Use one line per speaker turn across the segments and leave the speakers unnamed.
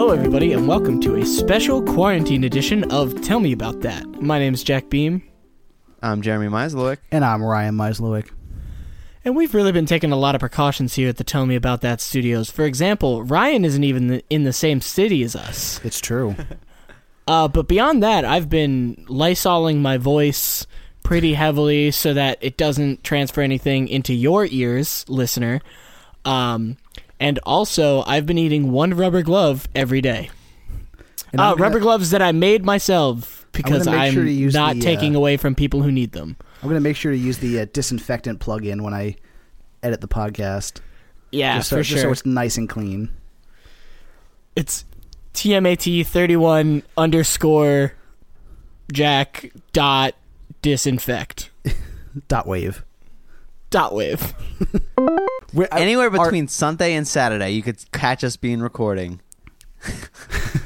and welcome to a special quarantine edition of Tell Me About That. My name's Jack Beam,
I'm Jeremy Mislowick.
And I'm Ryan Mislowick.
and we've really been taking a lot of precautions here at the Tell Me About That studios. For example, Ryan isn't even the- in the same city as us.
It's true.
Uh, but beyond that, I've been lysoling my voice pretty heavily so that it doesn't transfer anything into your ears, listener. Um, and also, I've been eating one rubber glove every day.
And
Uh,
I'm gonna-
rubber gloves that I made myself because
make
I'm
sure to use
not
the, uh,
taking away from people who need them.
I'm going to make sure to use the uh, disinfectant plug-in when I edit the podcast.
Yeah,
just
Ah,
so,
for
just
sure.
so
it's,
it's nice and clean.
TMAT thirty one underscore Jack dot disinfect
Dot wave.
dot wave.
Anywhere
uh, our-
between Sunday and Saturday, you could catch us being recording.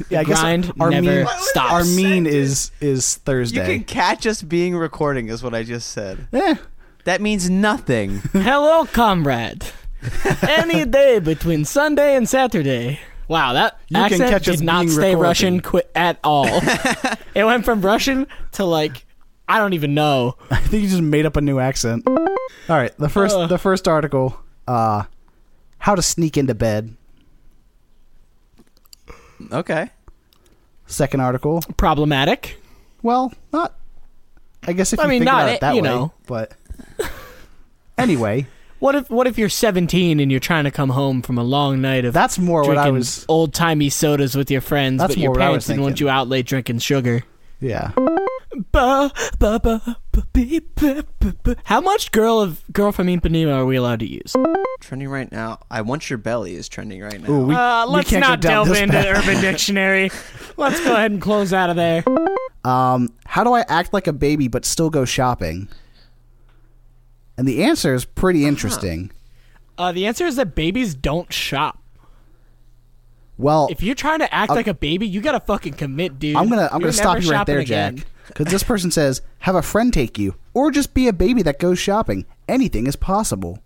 Yeah, I guess
Grind
our
never
mean-
stops.
Our mean is is
You
Thursday.
can catch us being recording, is what I just said.
Eh,
That means nothing.
Hello, comrade. Any day between Sunday and Saturday. Wow, that
You can
accent
catch us
did not
being
stay
recorded.
Russian qui- at all. it went from Russian to like I don't even know.
I think you just made up a new accent. All right, the first
Uh.
the first article, uh, how to sneak into bed.
okay.
Second article,
Problematic.
well, not. I guess if
I
you
mean,
think
not
about
it,
it that
you
way,
know.
but anyway,
What if what if you're 17 and you're trying to come home from a long night of
that's more what
drinking
I was.
old timey sodas with your friends,
That's
but your
more what I
parents
was
didn't want
thinking.
you out late drinking sugar?
Yeah,
Ba, ba, ba, ba, be, ba, ba, ba. How much girl of girl from Ipanema are we allowed to use?
Uh,
Trending right now. I want your belly is trending right now.
Ooh, we,
uh,
we
let's
can't go
not
down
delve
this
into
path.
Urban Dictionary. Let's go ahead and close out of there.
Um, how do I act like a baby but still go shopping? And the answer is
Uh-huh.
pretty interesting.
Uh, the answer is that babies don't shop.
Well,
If you're trying to act like a baby, you gotta fucking commit, dude.
I'm gonna I'm
You're
gonna stop
never
you right
shopping
there,
again.
Jack, because this person says have a friend take you, or just be a baby that goes shopping. Anything is possible.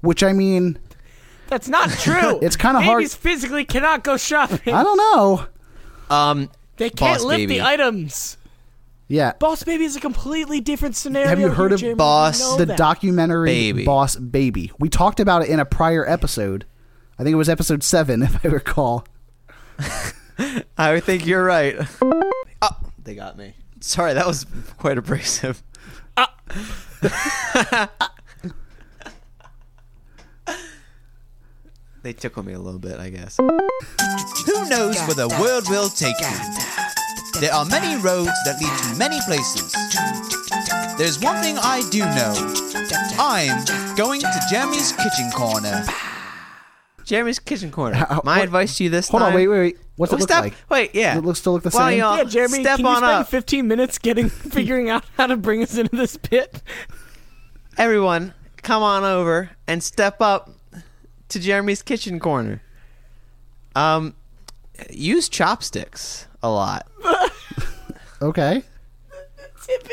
Which I mean,
That's not true.
It's kinda hard-
Babies physically cannot go shopping.
I don't know.
Um,
They can't
Boss
lift
Baby.
the items.
Yeah,
Boss Baby is a completely different scenario.
Have you heard of
Jeremy.
Boss
You know
the
that.
documentary
Baby.
Boss Baby. We talked about it in a prior episode. I think it was episode seven, if I recall.
I think you're right. Oh, they got me. Sorry, that was quite abrasive.
Ah.
they tickle me a little bit, I guess. Who knows where the world will take you? There are many roads that lead to many places. There's one thing I do know. I'm going to Jeremy's kitchen corner. Jeremy's kitchen corner.
Uh,
My
what-
advice to you this
Hold
time.
on, wait, wait, wait. What's it
Oh,
look
step-
like?
Wait, yeah.
Does it look- still look the
Well,
same?
y'all,
Yeah, Jeremy,
step
can you
on
spend
up.
15 minutes getting figuring out how to bring us into this pit?
Everyone, come on over and step up to Jeremy's kitchen corner. Um, use chopsticks a lot.
Okay.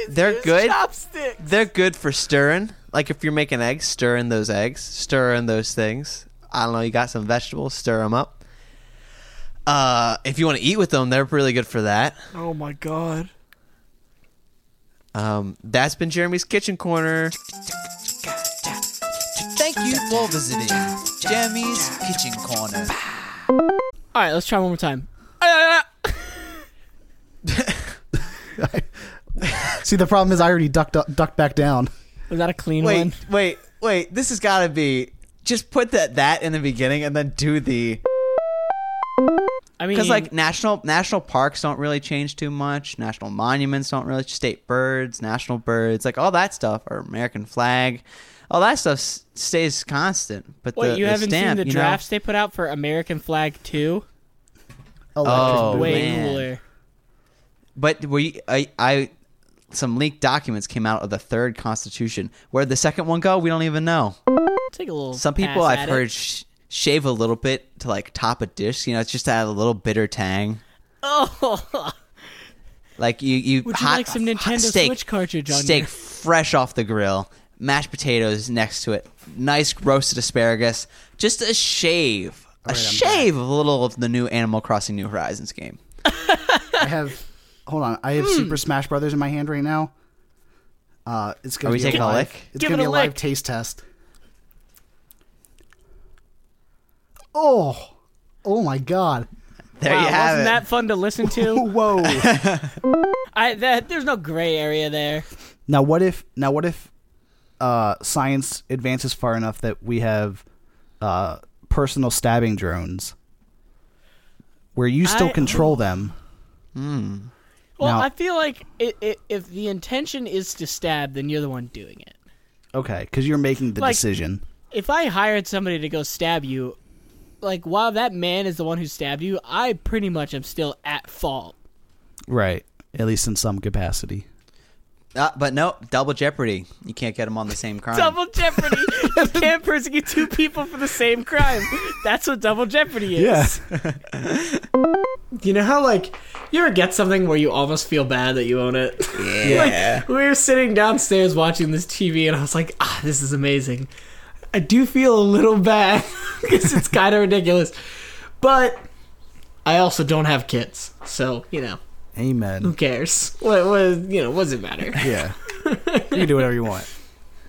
They're
Use
good.
Chopsticks.
They're good for stirring. Like if you're making eggs, stir in those eggs, stir in those things. I don't know. You got some vegetables, stir them up. Uh, if you want to eat with them, they're really good for that.
Oh my god.
Um, that's been Jeremy's Kitchen Corner. Thank you for visiting Jeremy's Kitchen Corner.
All right, let's try one more time.
See, the problem is I already ducked up, ducked back down.
Was that a clean one?
Wait, wait, wait. This has got to be. Just put that that in the beginning and then do the
I mean,
because like national national parks don't really change too much. National monuments don't really state birds, national birds, like all that stuff, or American flag, all that stuff s- stays constant. But
wait,
the,
you
the
haven't
stamp,
seen the
you know-
drafts they put out for American Flag Two?
Electric
Oh,
boogaloo.
Way
man.
cooler.
But we, I, I, some leaked documents came out of the third constitution. Where did the second one go? We don't even know.
Take a little.
Some people
pass
I've
at it.
heard sh- shave a little bit to like top a dish. You know, it's just to add a little bitter tang.
Oh,
Like you, you
Would you
hot,
like some
hot
Nintendo
steak,
Switch cartridge on
steak
your-
fresh off the grill, mashed potatoes next to it, nice roasted asparagus, just a shave a shave of a little of the new Animal Crossing New Horizons game.
I have. Hold on. I have
Hmm.
Super Smash Brothers in my hand right now. Uh, it's gonna
Are we
be
taking a
live,
lick?
It's
Give
gonna
it
be
a
a live
lick.
taste test. Oh, oh my god!
There
Wow,
you have
wasn't
it.
that fun to listen to?
Whoa.
I that there's no gray area there.
now what if? Now what if? Uh, science advances far enough that we have uh, personal stabbing drones, where you still
I-
control them.
Well,
Now-
I feel like it, it, if the intention is to stab, then you're the one doing it.
Okay, because you're making the
Like-
decision.
If I hired somebody to go stab you, like while that man is the one who stabbed you, I pretty much am still at fault.
Right. At least in some capacity.
Uh, but no, double jeopardy. You can't get them on the same crime.
Double jeopardy. you can't persecute two people for the same crime. That's what double jeopardy is. You know how like you ever get something where you almost feel bad that you own it?
Yeah.
like, we were sitting downstairs watching this TV and I was like, ah, this is amazing. I do feel a little bad because it's kind of ridiculous. But I also don't have kids. So, you know,
Amen.
who cares? What, what you know, what does it matter?
Yeah. you can do whatever you want.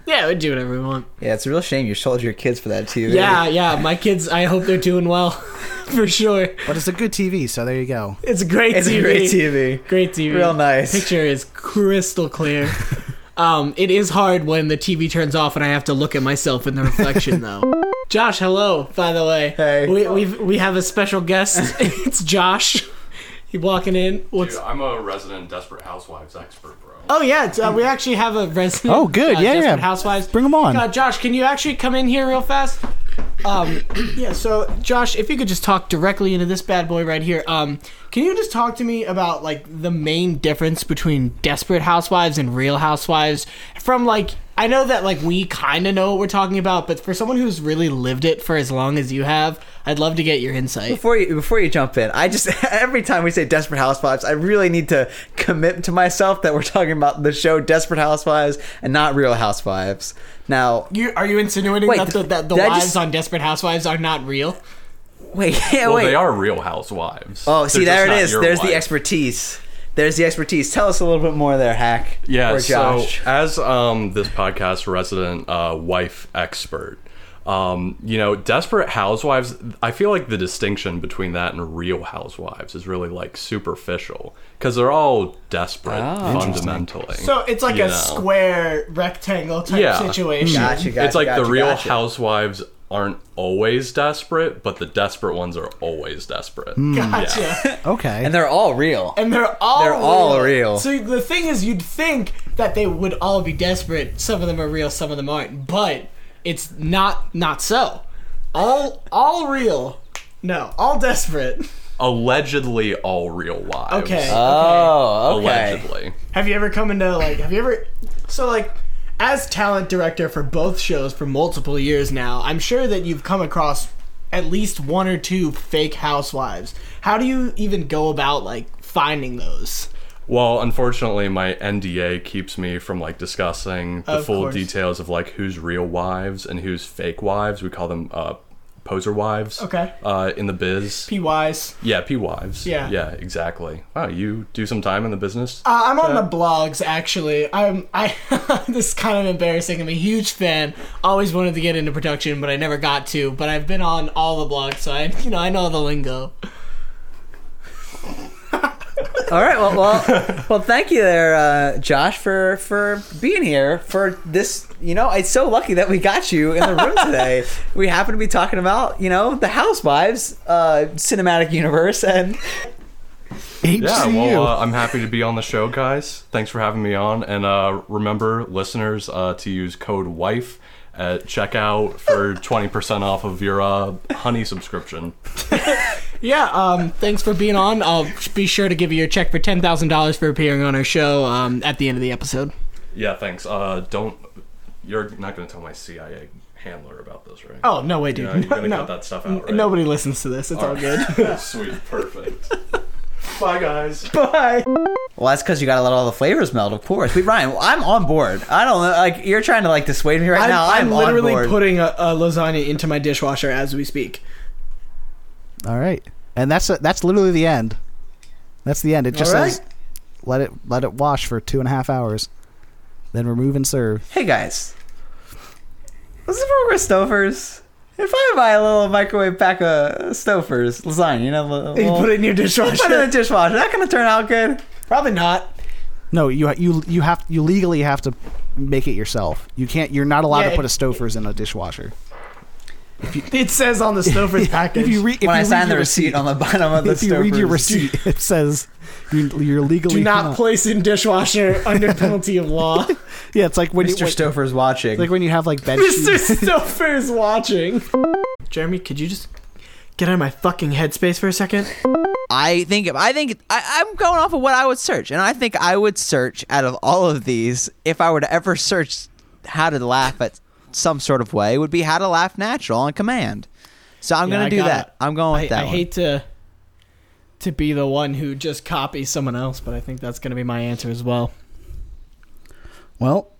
yeah, we do whatever we want.
yeah, it's a real shame you sold your kids for that too.
Yeah, yeah, my kids, I hope they're doing well for sure.
But it's a good TV, so there you go.
It's great
it's
TV.
a great TV.
Great TV.
Real nice.
Picture is crystal clear. um, it is hard when the TV turns off and I have to look at myself in the reflection, though. Josh, hello. By the way,
Hey.
we we've, we have a special guest. it's Josh. He walking in. What's?
Dude, I'm a resident Desperate Housewives expert, bro.
Oh yeah, it's, uh, we actually have a resident.
Oh, good.
uh,
Yeah,
Desperate
yeah.
Housewives.
Bring 'em on.
Uh, Josh, can you actually come in here real fast? Um, yeah. So, Josh, if you could just talk directly into this bad boy right here. Um, can you just talk to me about like the main difference between Desperate Housewives and Real Housewives? From like, I know that like we kind of know what we're talking about, but for someone who's really lived it for as long as you have, I'd love to get your insight.
Before you before you jump in, I just every time we say Desperate Housewives, I really need to commit to myself that we're talking about the show Desperate Housewives and not Real Housewives. Now,
You, are you insinuating
Wait,
that the, that the
did I
wives
just-
on Desperate Housewives are not real?
wait, yeah,
well,
wait.
they are real housewives.
Oh,
They're
see,
just
there it
not
is.
your
There's the
wife.
expertise. There's the expertise. Tell us a little bit more there, Hack.
Yeah.
Or Josh.
So, as um, this podcast resident uh, wife expert, um, you know, Desperate Housewives. I feel like the distinction between that and Real Housewives is really like superficial because they're all desperate
Ah,
fundamentally.
So it's like
you
a
know?
square rectangle type
Yeah.
situation.
Gotcha, gotcha,
it's like
gotcha,
the Real
gotcha.
Housewives aren't always desperate, but the desperate ones are always desperate.
Hmm.
Gotcha.
Okay.
And they're all real.
And they're all
They're
real.
all real.
So the thing is you'd think that they would all be desperate. Some of them are real, some of them aren't. But it's not not so. All all real. No, all desperate.
Allegedly, all real wives.
Okay. okay.
Oh, okay.
Allegedly.
Have you ever come into like have you ever so like as talent director for both shows for multiple years now, I'm sure that you've come across at least one or two fake housewives. How do you even go about like finding those?
Well, unfortunately, my NDA keeps me from like discussing the
Of
full
course.
details of like who's real wives and who's fake wives. We call them uh, poser wives.
Okay.
Uh, in the biz.
PYs.
yeah, p wives.
Yeah.
Yeah, exactly. Wow, you do some time in the business.
Uh, I'm on the blogs actually. I'm I this is kind of embarrassing. I'm a huge fan. Always wanted to get into production, but I never got to. But I've been on all the blogs, so I you know I know all the lingo.
All right. Well, well, well. Thank you there, uh, Josh, for for being here for this. You know, it's so lucky that we got you in the room today. we happen to be talking about you know the Housewives uh, cinematic universe, and
HCU.
yeah, well, uh, I'm happy to be on the show, guys. Thanks for having me on. And uh, remember, listeners, uh, to use code WIFE at checkout for 20% off of your uh, honey subscription.
Yeah, um, thanks for being on. I'll be sure to give you your check for ten thousand dollars for appearing on our show um, at the end of the episode.
Yeah, thanks. Uh, don't. You're not going to tell my CIA handler about this, right?
Oh no way, dude!
Yeah, you're
no,
gonna cut that stuff out, right?
nobody listens to this. It's all, good.
Sweet, perfect. Bye, guys.
Bye.
well, that's because you got to let all the flavors melt, of course. But Ryan, I'm on board. I don't know, like you're trying to like dissuade me right
I'm,
now. I'm,
I'm literally
on board.
putting a, a lasagna into my dishwasher as we speak.
All right, and that's that's literally the end. That's the end. It just
All right.
says let it let it wash for two and a half hours, then remove and serve.
Hey guys, this is for Stofers. If I buy a little microwave pack of Stofers lasagna, you know, little,
You put it in your
put it in
dishwasher.
the dishwasher, that gonna turn out good.
Probably not.
No, you you you have you legally have to make it yourself. You can't. You're not allowed
Yeah,
to put
it-
a Stouffer's in a dishwasher.
It says on the Stouffer's package.
If you re- if
when
you
I
read
sign the
your
receipt, on the bottom of the
if you read your
Stouffer's-
receipt, it says you, you're legally
do not place in dishwasher under penalty of law.
Yeah, it's like when you
Mr.
when-
Stouffer's watching.
like when you have like bed
Mr.
sheets.
Stouffer is watching. Jeremy, could you just get out of my fucking headspace for a second?
I think I think I, I'm going off of what I would search, and I think I would search out of all of these if I were to ever search how to laugh at some sort of way would be how to laugh natural on command. So I'm
Yeah,
gonna
I
do
got
that.
it.
I'm going with
I,
that.
I
one.
hate to to be the one who just copies someone else, but I think that's going to be my answer as well.
Well,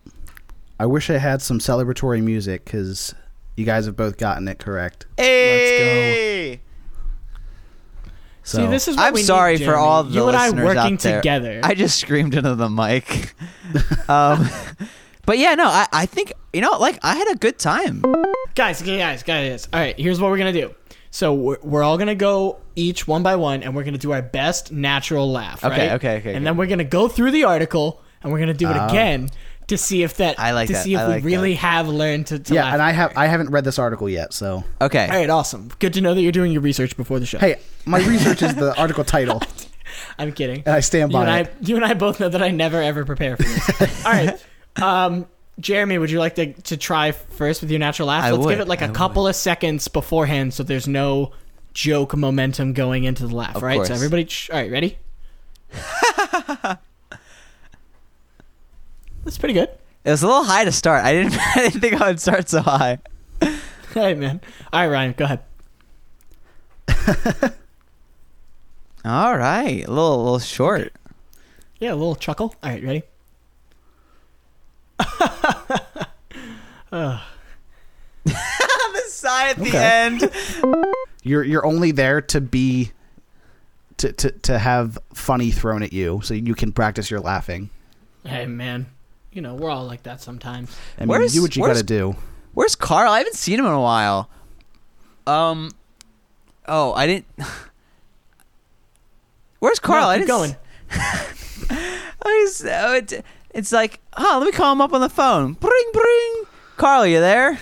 I wish I had some celebratory music because you guys have both gotten it correct.
Hey!
So
See, this is what
I'm
we
sorry
need,
for
Jeremy.
all the
you and I
listeners
working
out there.
together.
I just screamed into the mic. um, but yeah, no, I, I think you know, like I had a good time.
guys, okay, guys, guys. All right, here's what we're gonna do. So we're, we're all gonna go each one by one, and we're gonna do our best natural laugh.
Okay,
right?
okay, okay,
And
okay. Ah.
then we're gonna go through the article, and we're gonna do it again to see if that
I like
to
that,
see if
I like
we really have learned to, to
yeah,
laugh.
and I have I haven't read this article yet. So
Okay.
all right, awesome. Good to know that you're doing your research before the show.
hey, my research is the article title,
I'm kidding.
Uh,
and I stand
you and
by
I,
it.
you and I both know that I never ever prepare for this. All right, um, Jeremy, would you like to, to try first with your natural laugh?
I
Let's
would,
give it like a
I would.
couple of seconds beforehand, so there's no joke momentum going into the laugh.
Of
right,
course.
so everybody, sh- all right, ready? That's pretty good.
It was a little high to start. I didn't I didn't think I would start so high.
Hey man. All right, Ryan, go ahead.
All right. A little a little short.
Yeah, a little chuckle. All right, ready?
The sigh at the
Okay.
end.
You're you're only there to be to, to to have funny thrown at you, so you can practice your laughing.
Hey man. You know we're all like that sometimes.
I mean,
Where's-
do what you
where's-
gotta do.
Where's Carl? I haven't seen him in a while. Um Oh, I didn't Where's Carl?
No,
I
keep
didn't
going.
I just, oh, it, it's like, oh, let me call him up on the phone. Bring, bring. Carl, you there?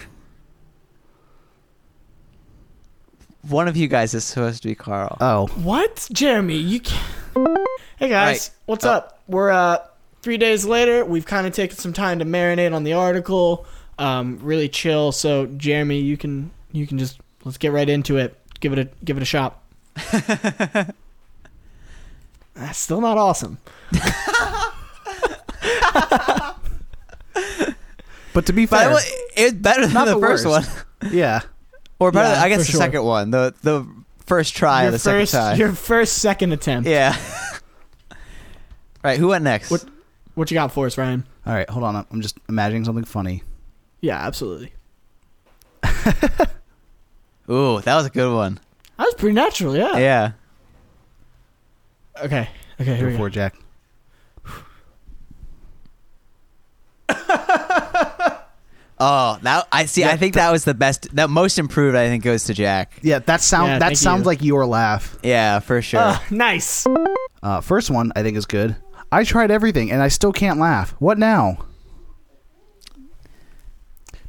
One of you guys is supposed to be Carl.
Uh,
Oh,
What, Jeremy? You can't. Hey guys,
Right.
what's up? We're uh three days later. We've kind of taken some time to marinate on the article. Um, really chill. So Jeremy, you can you can just let's get right into it. Give it a give it a shot. That's still not awesome.
but to be
but
fair,
it, wa- it's better than
Not
the,
the
first
worst.
one,
yeah,
or better.
Yeah,
than, I guess
for
the
sure.
second one, the the first try,
your
the
first
second try.
your first second attempt.
Yeah. right. Who went next?
What- What you got for us, Ryan?
All right, hold on. I'm- I'm just imagining something funny.
Yeah, absolutely.
Ooh, that was a good one.
That was pretty natural. Yeah.
Yeah.
Okay. Okay. Here we
Go for
go.
it, Jack.
Oh, that I see. I think that was the best. That most improved. I think goes to Jack.
Yeah, that sound
Yeah,
that
thank
sounds
you.
like your laugh.
Yeah, for sure.
Uh, nice.
Uh, first one I think is good. I tried everything and I still can't laugh. What now?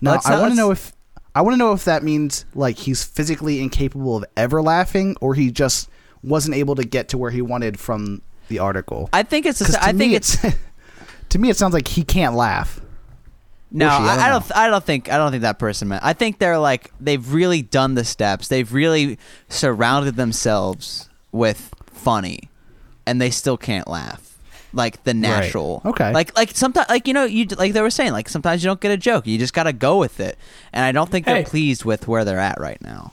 Now
Let's
I
not-
want to
let's-
know if I want to know if that means like he's physically incapable of ever laughing, or he just wasn't able to get to where he wanted from the article.
I think it's.
'Cause
A,
to
I
me
think
it- to me, it sounds like he can't laugh.
No,
Or she,
I,
I don't
I don't. I don't think. I don't think that person meant. I think they're like they've really done the steps. They've really surrounded themselves with funny, and they still can't laugh like the natural.
Okay.
Like like sometimes like you know you like they were saying like sometimes you don't get a joke. You just gotta go with it, and I don't think
Hey.
they're pleased with where they're at right now.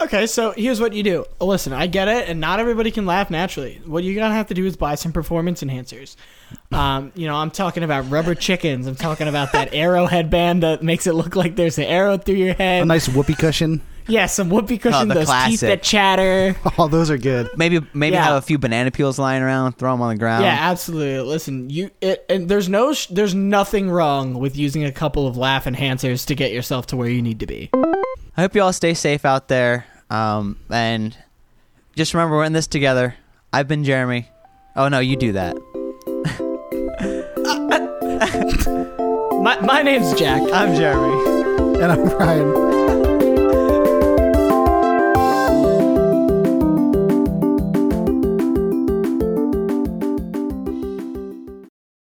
Okay, so here's what you do. Listen, I get it, and not everybody can laugh naturally. What you're gonna have to do is buy some performance enhancers. Um, you know, I'm talking about rubber chickens. I'm talking about that arrow headband that makes it look like there's an arrow through your
A
head.
nice whoopee cushion.
Yeah, some whoopee cushion,
Oh, the
those teeth
classic.
that chatter.
Oh, those are good.
Maybe maybe
Yeah.
have a few banana peels lying around, throw them on the ground.
Yeah, absolutely. Listen, you it, and there's no sh- there's nothing wrong with using a couple of laugh enhancers to get yourself to where you need to be.
I hope you all stay safe out there. Um, and just remember, we're in this together. I've been Jeremy. Oh, no, you do that.
My my name's Jack.
I'm Jeremy.
And I'm Ryan.